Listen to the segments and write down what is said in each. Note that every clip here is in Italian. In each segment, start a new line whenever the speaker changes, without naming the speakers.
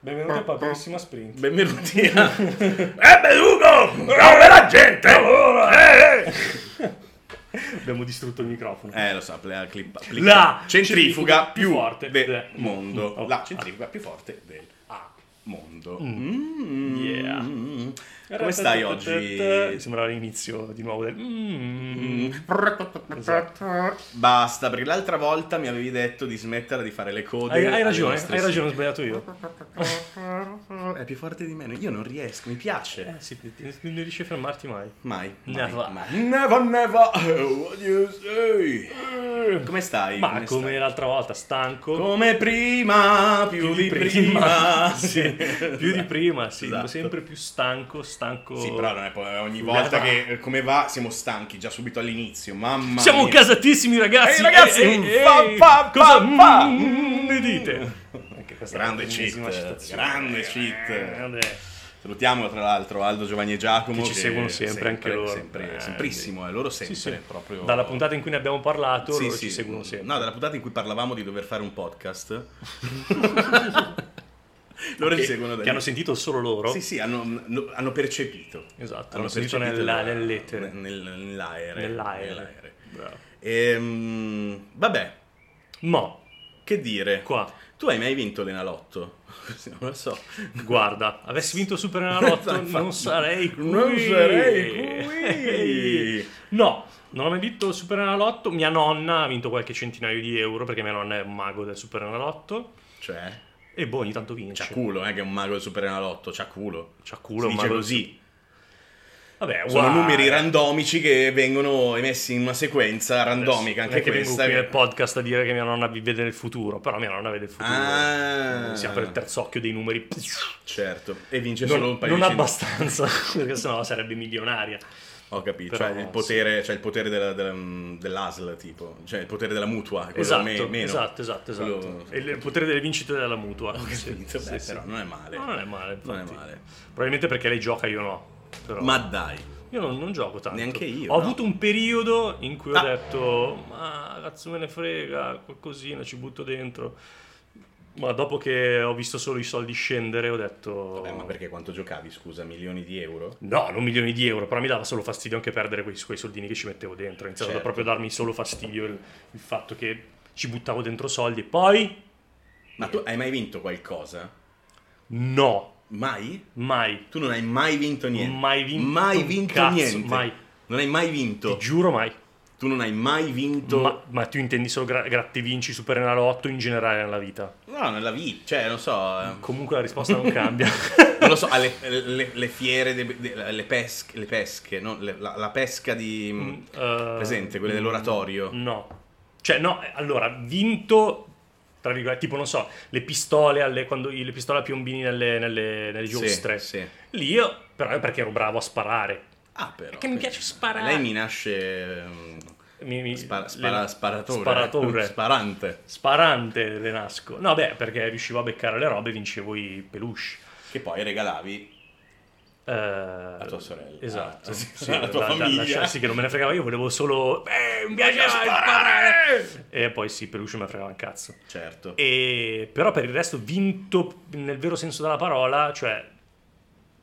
Benvenuti a Paperissima Sprint.
Benvenuti a... Ebbe Ugo! Bravo la gente! Eh, eh!
Abbiamo distrutto il microfono.
Eh, lo so, plea, clip, clip.
La
centrifuga
centrifuga
più
più forte
del
del
mondo.
mondo.
La centrifuga più forte del mondo. Mm.
Yeah.
Mm. Come stai oggi?
Sembrava l'inizio di nuovo del...
Mm.
Esatto.
Basta, perché l'altra volta mi avevi detto di smetterla di fare le code.
Hai, hai
alle
ragione,
nostre
hai ragione, ho sbagliato io.
sigle. È più forte di me, io non riesco, mi piace.
Eh sì, ti- ti- non riesci a fermarti mai.
Mai, mai,
Never.
mai. Never, never. What you say? Eh, Come stai?
Ma come
stai?
l'altra volta, stanco.
Come prima, più, di prima.
sì, più di prima, sì,
Esatto.
sempre più stanco, stanco.
Sì, però non è po- ogni
Sì,
volta
ma-
che eh, come va siamo stanchi già subito all'inizio. Mamma
Siamo
mia.
casatissimi ragazzi.
Ehi, ragazzi,
Ehi, ehi,
fa,
ehi,
fa,
cosa
fa, fa.
mm, ne dite? Anche questa
Grande
è l'ennesima
cheat,
citazione. Eh,
grande cheat.
Grande.
Salutiamo tra l'altro Aldo, Giovanni e Giacomo
Che ci seguono sempre, anche loro.
sempre,
Eh,
Semprissimo, eh, loro sempre
Sì, sì.
proprio
Dalla puntata in cui ne abbiamo parlato,
Sì,
loro
sì.
ci seguono sempre.
No, dalla puntata in cui parlavamo di dover fare un podcast. loro ci
Che-
seguono da
Che
lì.
hanno sentito solo loro.
Sì, sì, hanno, no- hanno percepito.
Esatto,
Hanno
hanno sentito
percepito
nella-
la-
nell'etere.
nel- nell'aere.
Nell'aere.
Nell'aere.
Bravo.
Ehm, vabbè,
Mo,
che dire.
qua,
Tu hai mai vinto l'Enalotto? non lo so.
guarda, avessi vinto Super Enalotto
Infatti,
non sarei qui.
Esatto.
Eh,
Non sarei qui.
No, non ho mai vinto il Super Enalotto. Mia nonna ha vinto qualche centinaio di euro perché mia nonna è un mago del Super Enalotto.
Cioè,
E boh, ogni tanto vince.
c'ha culo, eh, che è un mago del Super Enalotto, c'ha culo.
C'ha
Si
culo, un
dice
mago-
così.
Vabbè,
Sono
guai.
numeri randomici che vengono emessi in una sequenza randomica,
Non è
anche
che
questa.
vengo qui nel podcast a dire che mia nonna vi vede nel futuro, però mia nonna vede il futuro.
Ah.
Si apre il terzo occhio dei numeri.
Certo, e vince
Non,
solo un paio
non
di cent-
abbastanza, perché sennò sarebbe milionaria.
Ho capito,
Però,
cioè il potere, cioè il potere della- mm, della- dell'ASL, tipo, cioè il potere della mutua, quello
Esatto,
me- meno.
esatto, esatto, esatto.
Quello-
E il il potere delle vincite della mutua.
Ho capito,
Sì,
beh,
sì,
però
sì.
non è male.
No, non è male,
Non è
infatti.
male.
Probabilmente perché lei gioca, io no. Però
Ma dai,
io non, non gioco tanto.
Neanche io,
Ho
no.
avuto un periodo in cui ho
Ah.
detto, ma cazzo me ne frega, qualcosina ci butto dentro. Ma dopo che ho visto solo i soldi scendere, ho detto...
Vabbè, Eh, ma perché quanto giocavi, scusa, milioni di euro?
No, non milioni di euro, però mi dava solo fastidio anche perdere quei, quei soldini che ci mettevo dentro. Ho iniziato
Certo.
proprio a darmi solo fastidio il, il fatto che ci buttavo dentro soldi e poi
Ma tu hai mai vinto qualcosa?
no,
Mai?
mai.
Tu non hai mai vinto niente.
Mai vinto
Mai
un
vinto
cazzo,
niente.
mai.
Non hai mai
Ti
vinto.
giuro mai.
Tu non hai mai vinto.
Ma, ma tu intendi solo gra- gratte vinci, super enalotto in generale nella vita?
No, nella vita, cioè, non so. eh,
Comunque la risposta non cambia.
Non lo so, alle le, le fiere, de- de- le pesche, le pesche no? Le- la, la pesca di...
Eh,
Mm. presente, quelle dell'oratorio.
No. Cioè, no, eh, allora, vinto, tra virgolette, tipo, non so, le pistole, alle, quando, i- le pistole a piombini nelle, nelle, nelle
Sì,
giostre.
sì.
Lì io, però, è perché ero bravo a sparare.
Ah, però.
Perché mi piace sparare.
Lei mi nasce... mm,
Mi- mi-
spara-
le-
spara- sparatore.
Sparatore.
Sparante.
Sparante le nasco. No, beh, perché riuscivo a beccare le robe e vincevo i peluche.
Che poi regalavi
a
a tua sorella.
Eh, Esatto.
Ah, sì,
Sì,
alla tua
da- da-
famiglia.
lasciarsi che non me ne fregava, io volevo solo... Eh, mi piace
Voglio
sparare! E poi sì, peluche me ne fregava un cazzo.
Certo.
E, però per il resto vinto nel vero senso della parola, cioè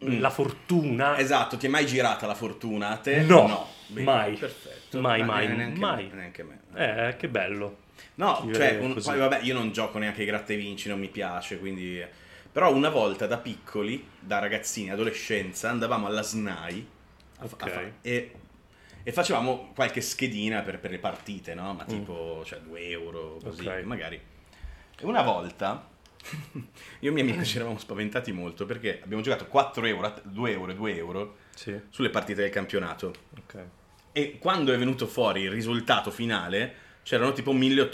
Mm.
la fortuna
Esatto, ti è mai girata la fortuna a te?
No,
Bene,
mai.
Perfetto.
Mai,
Ma
mai,
neanche
mai.
me, neanche me.
Eh, che bello.
No,
Io
cioè,
vedevo
un-
così.
poi vabbè, io non gioco neanche ai gratta e vinci, non mi piace, quindi... eh. Però una volta da piccoli, da ragazzini, adolescenza, andavamo alla SNAI a fa- a
Ok.
fa- e, e facevamo qualche schedina per, per le partite, no? Ma tipo, cioè, 2 euro, così,
Mm. Ok.
magari. E una volta, io e mia amica ci eravamo spaventati molto perché abbiamo giocato 4 euro, 2 euro e 2 euro
Sì,
sulle partite del campionato.
ok.
E quando è venuto fuori il risultato finale, c'erano tipo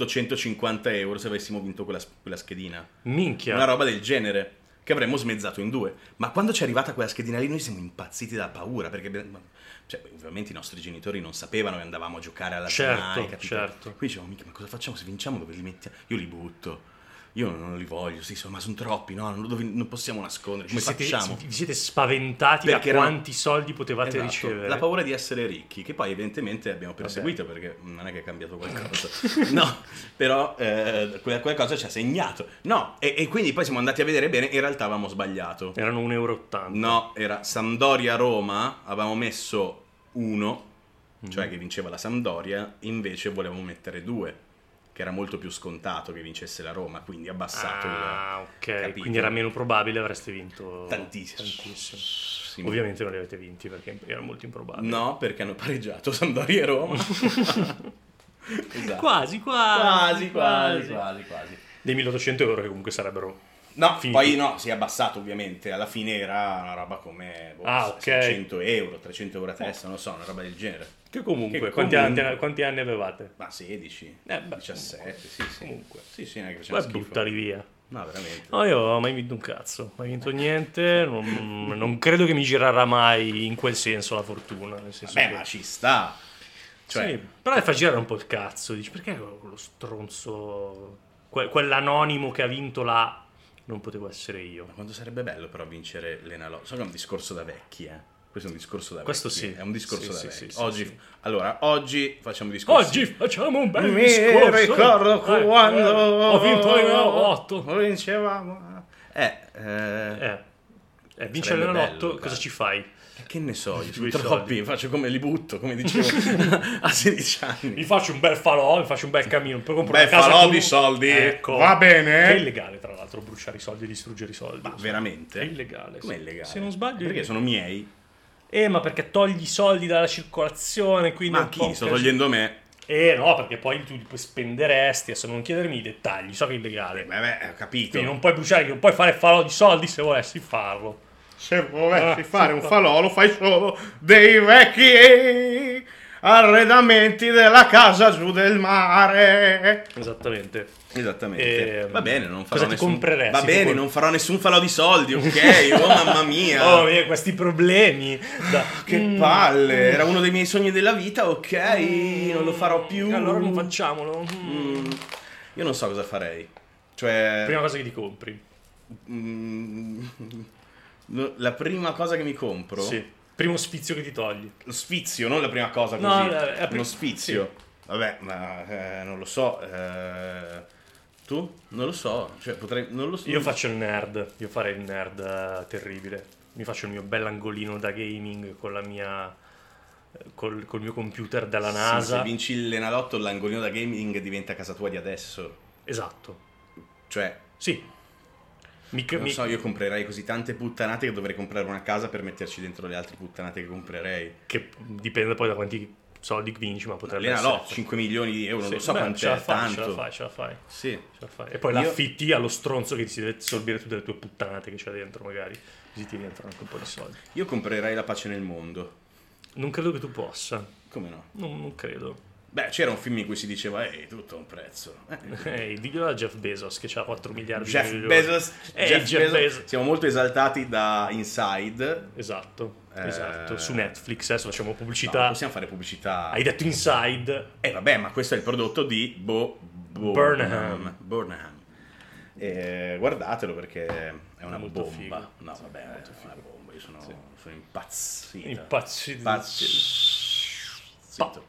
1850 euro se avessimo vinto quella, quella schedina.
Minchia.
Una roba del genere, che avremmo smezzato in due. Ma quando ci è arrivata quella schedina lì, noi siamo impazziti da paura, perché abbiamo- cioè, ovviamente i nostri genitori non sapevano che andavamo a giocare alla
Certo,
SNAI, capito?
certo.
Qui dicevamo, mica, ma cosa facciamo se vinciamo? Dove li mettiamo? Io li butto. Io non li voglio, sì, so- ma sono troppi, no? Non, dove- non possiamo nascondere,
Ci
come
siete,
facciamo?
Vi siete spaventati
Perché
da
erano-
quanti soldi potevate
Esatto,
ricevere.
La paura di essere ricchi, che poi evidentemente abbiamo perseguito perché non è che è cambiato qualcosa, no, però eh, quella- qualcosa ci ha segnato, no, e, e quindi poi siamo andati a vedere bene, in realtà avevamo sbagliato,
Erano 1,80 euro.
no, era Sampdoria-Roma, avevamo messo uno,
Mm-hmm.
cioè che vinceva la Sampdoria, invece volevamo mettere due, che era molto più scontato che vincesse la Roma, quindi abbassato
Ah, ok.
il- capito?
Quindi era meno probabile avreste vinto
Tantissimo.
tantissimo.
Sì, ma-
Ovviamente non li avete vinti perché era molto improbabile.
No, perché hanno pareggiato Sampdoria e Roma. Esatto.
Quasi, quasi,
quasi, quasi, quasi, quasi.
Dei 1800 euro che comunque sarebbero...
No,
Finito.
poi no, si è abbassato ovviamente, alla fine era una roba come boh,
Ah, ok.
600 euro, 300 euro a testa, non so, una roba del genere.
Che comunque,
Che
quanti,
comunque-
Anni, quanti anni avevate?
Ma 16,
Eh, beh,
17, sì, sì.
comunque.
Sì, sì, non è che facciamo
Poi
schifo.
buttali via.
No, veramente.
No, io non ho mai vinto un cazzo, mai vinto niente, non, non credo che mi girerà mai in quel senso la fortuna. Nel senso
Beh,
che-
ma ci sta. Cioè,
Sì, però fa girare un po' il cazzo, dici perché quello stronzo, que- quell'anonimo che ha vinto là non potevo essere io.
Ma quanto sarebbe bello però vincere l'Enalotto? So che è un discorso da vecchi, eh. Questo è un discorso da
Questo
vecchi.
sì.
È un
Sì,
discorso da
sì,
vecchi.
sì, sì,
oggi,
sì.
allora, oggi facciamo discorsi.
Oggi facciamo un bel
Mi
discorso.
ricordo
Eh,
quando
eh, ho vinto il 8.
Vincevamo. Eh, eh,
Eh, eh, vincere
Sarebbe
l'Enalotto,
bello,
cosa
dai.
ci fai?
Che ne so, io
Due
sono troppi, faccio come li butto, come dicevo a 16
Mi
anni.
faccio un bel falò, mi faccio un bel cammino, poi compro
Bel
una casa
falò
con-
di soldi. Va bene?
Che è illegale tra l'altro bruciare i soldi e distruggere i soldi.
Ma
Lo so.
veramente?
È illegale.
Com'è
sì.
illegale?
Se non sbaglio.
Perché sono miei?
Eh, ma perché togli i soldi dalla circolazione, quindi
Ma
un po'
chi?
un
Sto
casino.
togliendo me.
Eh no, perché poi tu li puoi- spenderesti, adesso non chiedermi i dettagli, so che è illegale.
Beh, beh, Eh, ho capito.
Quindi non puoi bruciare, non puoi fare falò di soldi se volessi farlo.
Se
volessi fare un
falò lo fai solo dei vecchi arredamenti della casa giù del mare.
Esattamente.
Esattamente.
Ehm,
va bene, non farò
cosa ti
nessun
compreresti
Va
tu
bene,
col-
non farò nessun falò di soldi, ok? Oh mamma mia.
Oh, mia, questi problemi. Da-
che
Mm,
palle, era uno dei miei sogni della vita, ok?
mm,
non lo farò più.
Allora non facciamolo. Mm.
Mm, Io non so cosa farei. Cioè
Prima cosa che ti compri.
mm, no, la prima cosa che mi compro
Sì. Primo sfizio che ti togli.
Lo sfizio, non la prima cosa così.
No, la- la pri-
Uno sfizio. Vabbè, ma eh, non lo so. eh, tu? Non lo so. Cioè, potrei. Non lo so.
Io faccio il nerd, io farei il nerd eh, terribile. Mi faccio il mio bell'angolino da gaming con la mia. eh, col, col mio computer della
Sì,
NASA.
se vinci l'enalotto, l'angolino da gaming diventa casa tua di adesso.
Esatto.
Cioè,
Sì. Mi,
non
mi-
so, io comprerei così tante puttanate che dovrei comprare una casa per metterci dentro le altre puttanate che comprerei.
Che dipende poi da quanti soldi vinci, ma potrebbe essere.
L'enalotto, 5 milioni di euro,
Sì,
non lo so
beh,
quant'è,
ce la fai,
tanto.
ce la fai, ce la fai.
Sì.
ce la fai. E poi
Io-
l'affitti allo stronzo che ti deve sorbire tutte le tue puttanate che c'è dentro, magari. Così ti rientrano anche un po' di soldi.
Io comprerei la pace nel mondo.
Non credo che tu possa.
Come no?
Non, non credo.
Beh, c'era un film in cui si diceva, ehi, tutto ha un prezzo. Eh,
Ehi, diglielo a Jeff Bezos che ha 4 miliardi
Jeff
di milioni.
Bezos,
Ehi,
Jeff
Eh, Jeff
Bezos.
Bezos.
Siamo molto esaltati da Inside.
Esatto,
Eh.
esatto. Su Netflix, adesso facciamo
No, non
pubblicità.
possiamo fare pubblicità.
Hai
E
detto Inside.
eh, vabbè, ma questo è il prodotto di Bo, Bo-
Burnham.
Burnham. Eh, guardatelo perché è una
Molto
bomba.
figo.
No, vabbè, è una bomba. Io sono, sono impazzito.
Impazzito.
Impazzito.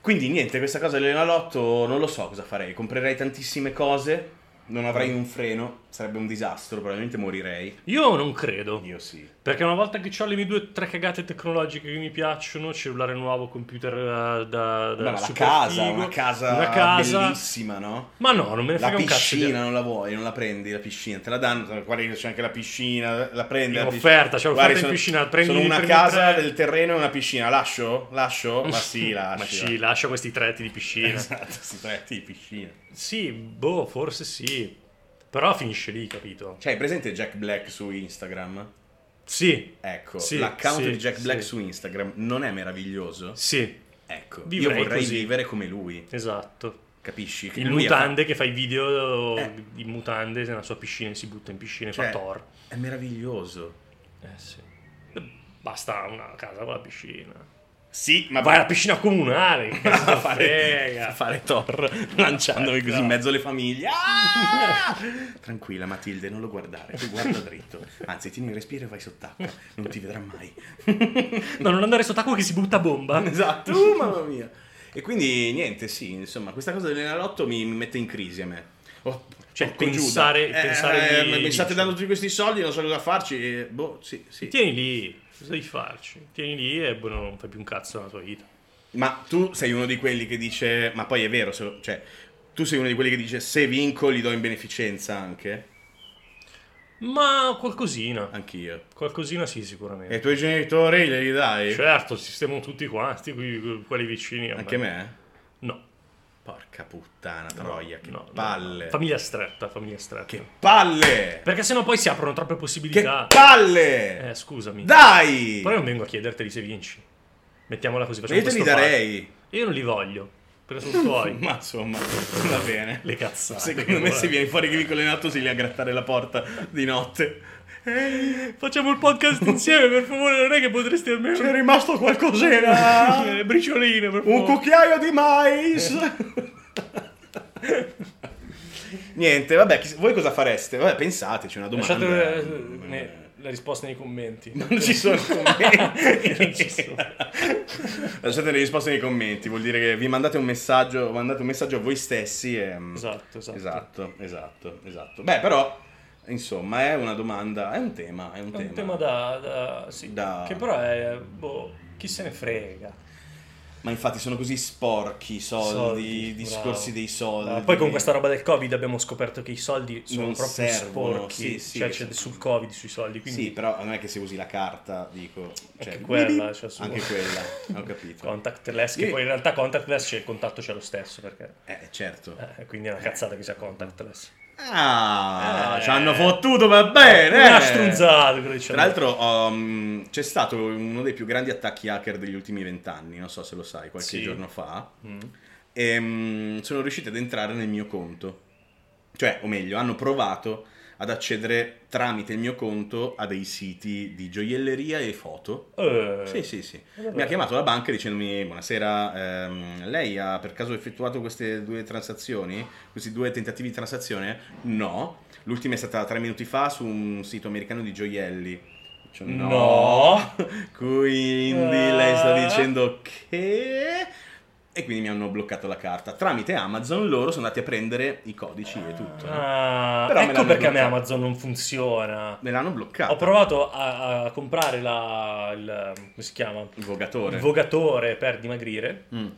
Quindi niente, questa cosa dell'enalotto non lo so cosa farei. Comprerei tantissime cose, non avrei
Mm.
un freno, sarebbe un disastro, probabilmente morirei.
Io non credo.
Io sì.
Perché una volta che ho le mie due o tre cagate tecnologiche che mi piacciono, cellulare nuovo, computer eh, da, da
Beh, ma la
super
casa,
figo,
una casa,
una casa.
bellissima, no?
Ma no, non me ne
La
frega un cazzo. cioè, di-
piscina non la vuoi, non la prendi la piscina, te la danno, guarda c'è anche la piscina, la prendi.
In
la piscina.
offerta, c'è l'offerta
Guarda,
in
sono-
piscina, prendi-
Sono una
prendi
casa,
tre.
del terreno e una piscina, lascio? Lascio? Ma sì, lascio.
Ma sì, lascia questi tretti di piscina.
Esatto, sì, tre, sì, piscina.
Sì, boh, forse sì. Però finisce lì, capito?
Cioè, hai presente Jack Black su Instagram?
Sì,
Ecco,
Sì,
l'account
sì,
di Jack Black
sì.
su Instagram non è meraviglioso?
sì,
Ecco,
Vivrei
io vorrei
così.
vivere come lui,
esatto.
capisci? Che
Il
lui ha
mutande che fa i video
Eh.
in mutande nella sua piscina e si butta in piscina e
Cioè-
fa Thor.
fatto- È meraviglioso.
Eh sì. Basta una casa con la piscina.
Sì, ma
vai alla piscina comunale. che cazzo te
a
frega.
fare, a fare Thor lanciandomi così in mezzo alle famiglie. Ah! Tranquilla Matilde, non lo guardare, tu guarda dritto. Anzi, tieni il respiro e vai sott'acqua, non ti vedrà mai.
No, non andare sott'acqua che si butta bomba.
esatto, uh, mamma mia. E quindi niente, sì, insomma, questa cosa dell'enalotto mi, mi mette in crisi a me. Oh,
Cioè,
porco
pensare-
Giuda. Eh,
pensare di-
mi- mi state dando tutti questi soldi, non so cosa farci. eh, boh, sì, sì.
Tieni lì, cosa devi farci? Tieni lì e boh, non fai più un cazzo nella tua vita.
Ma tu sei uno di quelli che dice, ma poi è vero, se- cioè, tu sei uno di quelli che dice se vinco li do in beneficenza anche,
Ma qualcosina.
anch'io.
Qualcosina sì,
E i
sicuramente.
tuoi genitori glieli dai?
Certo, ci stiamo tutti quanti, qui- quelli vicini. a
anche me?
No.
Porca puttana, troia, che
no, no.
palle.
Famiglia stretta, famiglia stretta.
Che palle!
Perché sennò poi si aprono troppe
Che
possibilità.
palle!
Eh, scusami.
Dai!
Però io non vengo a chiederteli se vinci. Mettiamola così,
Ma
facciamo
io te li
questo patto.
darei.
Io non li voglio, perché sono tuoi.
Ma insomma, va bene.
Le cazzate.
Secondo me se vieni fuori che vinco l'enato si li a grattare la porta di notte. Eh, Ehi,
Facciamo il podcast insieme, per favore, non è che potresti almeno...
c'è rimasto qualcosina!
Eh, bricioline, per
Cioè, Un
favore.
cucchiaio di mais! Niente, vabbè, chi- voi cosa fareste? Vabbè, pensateci una domanda.
Lasciate eh, ne- la risposta nei commenti.
Non ci sono commenti.
Eh, Non ci sono.
Lasciate le risposte nei commenti, vuol dire che vi mandate un messaggio, mandate un messaggio a voi stessi e... mm,
Esatto, esatto.
Esatto, esatto, esatto. Beh, però, insomma, è una domanda, è un tema, è un
È
tema.
un tema da... da- sì,
Da-
Che però è... Boh, chi se ne frega.
Ma infatti sono così sporchi i soldi,
Soldi,
i discorsi
bravo.
dei soldi.
Ah, Poi con questa roba del Covid abbiamo scoperto che i soldi sono
Non
proprio
servono,
sporchi.
sì, sì.
cioè, c'è sul Covid sui soldi. Quindi
Sì, però non è che se usi la carta, dico... Cioè,
Anche quella, cioè, su-
Anche quella, ho capito.
contactless, che
Io-
poi in realtà contactless c'è il contatto c'è lo stesso, perché
Eh, certo.
eh, quindi è una cazzata che sia contactless.
Ah,
Eh.
ci hanno fottuto, va bene! eh.
Una strunzata, quello diciamo.
Tra l'altro um, c'è stato uno dei più grandi attacchi hacker degli ultimi vent'anni, non so se lo sai, qualche
Sì.
giorno fa.
Mm.
e mm, sono riusciti ad entrare nel mio conto. Cioè, o meglio, hanno provato ad accedere tramite il mio conto a dei siti di gioielleria e foto.
Eh,
Sì, sì, sì.
vabbè.
Mi ha chiamato la banca dicendomi: Buonasera, ehm, lei ha per caso effettuato queste due transazioni? Questi due tentativi di transazione? No. L'ultima è stata tre minuti fa su un sito americano di gioielli. Dice,
No. Eh.
Quindi lei sta dicendo che. E quindi mi hanno bloccato la carta. Tramite Amazon loro sono andati a prendere i codici e tutto. no?
Ah,
Però me
ecco
l'hanno Ah,
perché a me
bloccata.
Amazon non funziona.
Me l'hanno bloccato.
Ho provato a, a comprare la, il, come si chiama?
Il vogatore.
Il vogatore per dimagrire
Mm.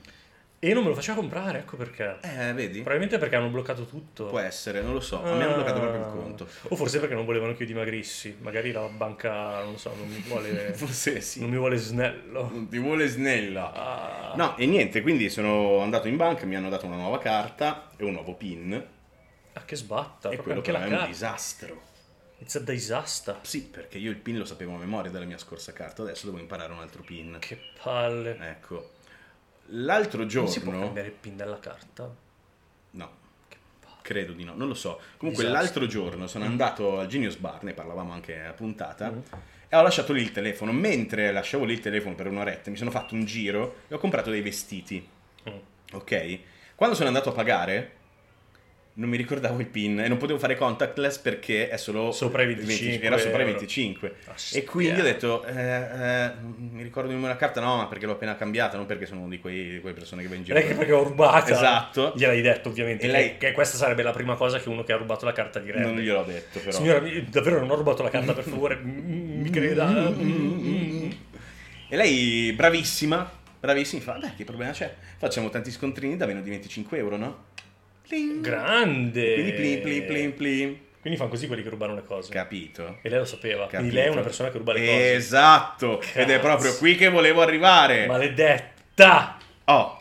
e non me lo faceva comprare, ecco perché.
Eh, vedi?
Probabilmente perché hanno bloccato tutto.
Può essere, non lo so. A me hanno bloccato proprio il conto.
Ah. O forse perché non volevano che io dimagrissi. Magari la banca, non so, non mi vuole.
Forse sì.
Non mi vuole snello.
Non ti vuole snella.
Ah.
No, e niente, quindi sono andato in banca, mi hanno dato una nuova carta e un nuovo PIN.
Ah, che sbatta.
e
proprio
quello
anche la
per me è un
carta.
disastro.
It's a disaster.
Sì, perché io il PIN lo sapevo a memoria dalla mia scorsa carta, adesso devo imparare un altro PIN.
Che palle.
Ecco. L'altro
non si può
giorno...
cambiare il pin della carta.
No,
Che palle.
credo di no, non lo so. Comunque
Disastro. Mm.
l'altro giorno sono andato al Genius Bar, ne parlavamo anche a puntata, e ho lasciato lì il telefono. Mentre lasciavo lì il telefono per un'oretta, mi sono fatto un giro e ho comprato dei vestiti.
Mm.
Ok? Quando sono andato a pagare, non mi ricordavo il PIN e non potevo fare contactless perché è solo
Sopra i 25
era sopra i
euro.
25.
Ah,
E quindi
stia.
ho detto, eh, eh, mi ricordo il numero della carta? No, ma perché l'ho appena cambiata, non perché sono uno di, quei, di quelle persone che va in
Non
giro.
è che perché ho rubato.
Esatto.
Gliel'hai detto, ovviamente.
E
che-
lei-
Che questa sarebbe la prima cosa che uno che ha rubato la carta direbbe.
Non gliel'ho detto però.
Signora, io davvero non ho rubato la carta, per favore. mm, Mi creda. Mm.
E lei, bravissima, bravissima, mi fa, beh, che problema c'è? Facciamo tanti scontrini da meno di 25 euro, no? Pling.
Grande.
Quindi plin, plin, plin, plin.
Quindi fanno così quelli che rubano le cose.
Capito?
E lei lo sapeva. Quindi
Capito.
lei è una persona che ruba le cose.
Esatto, ed è
Cazzo.
proprio qui che volevo arrivare.
Maledetta!
Oh,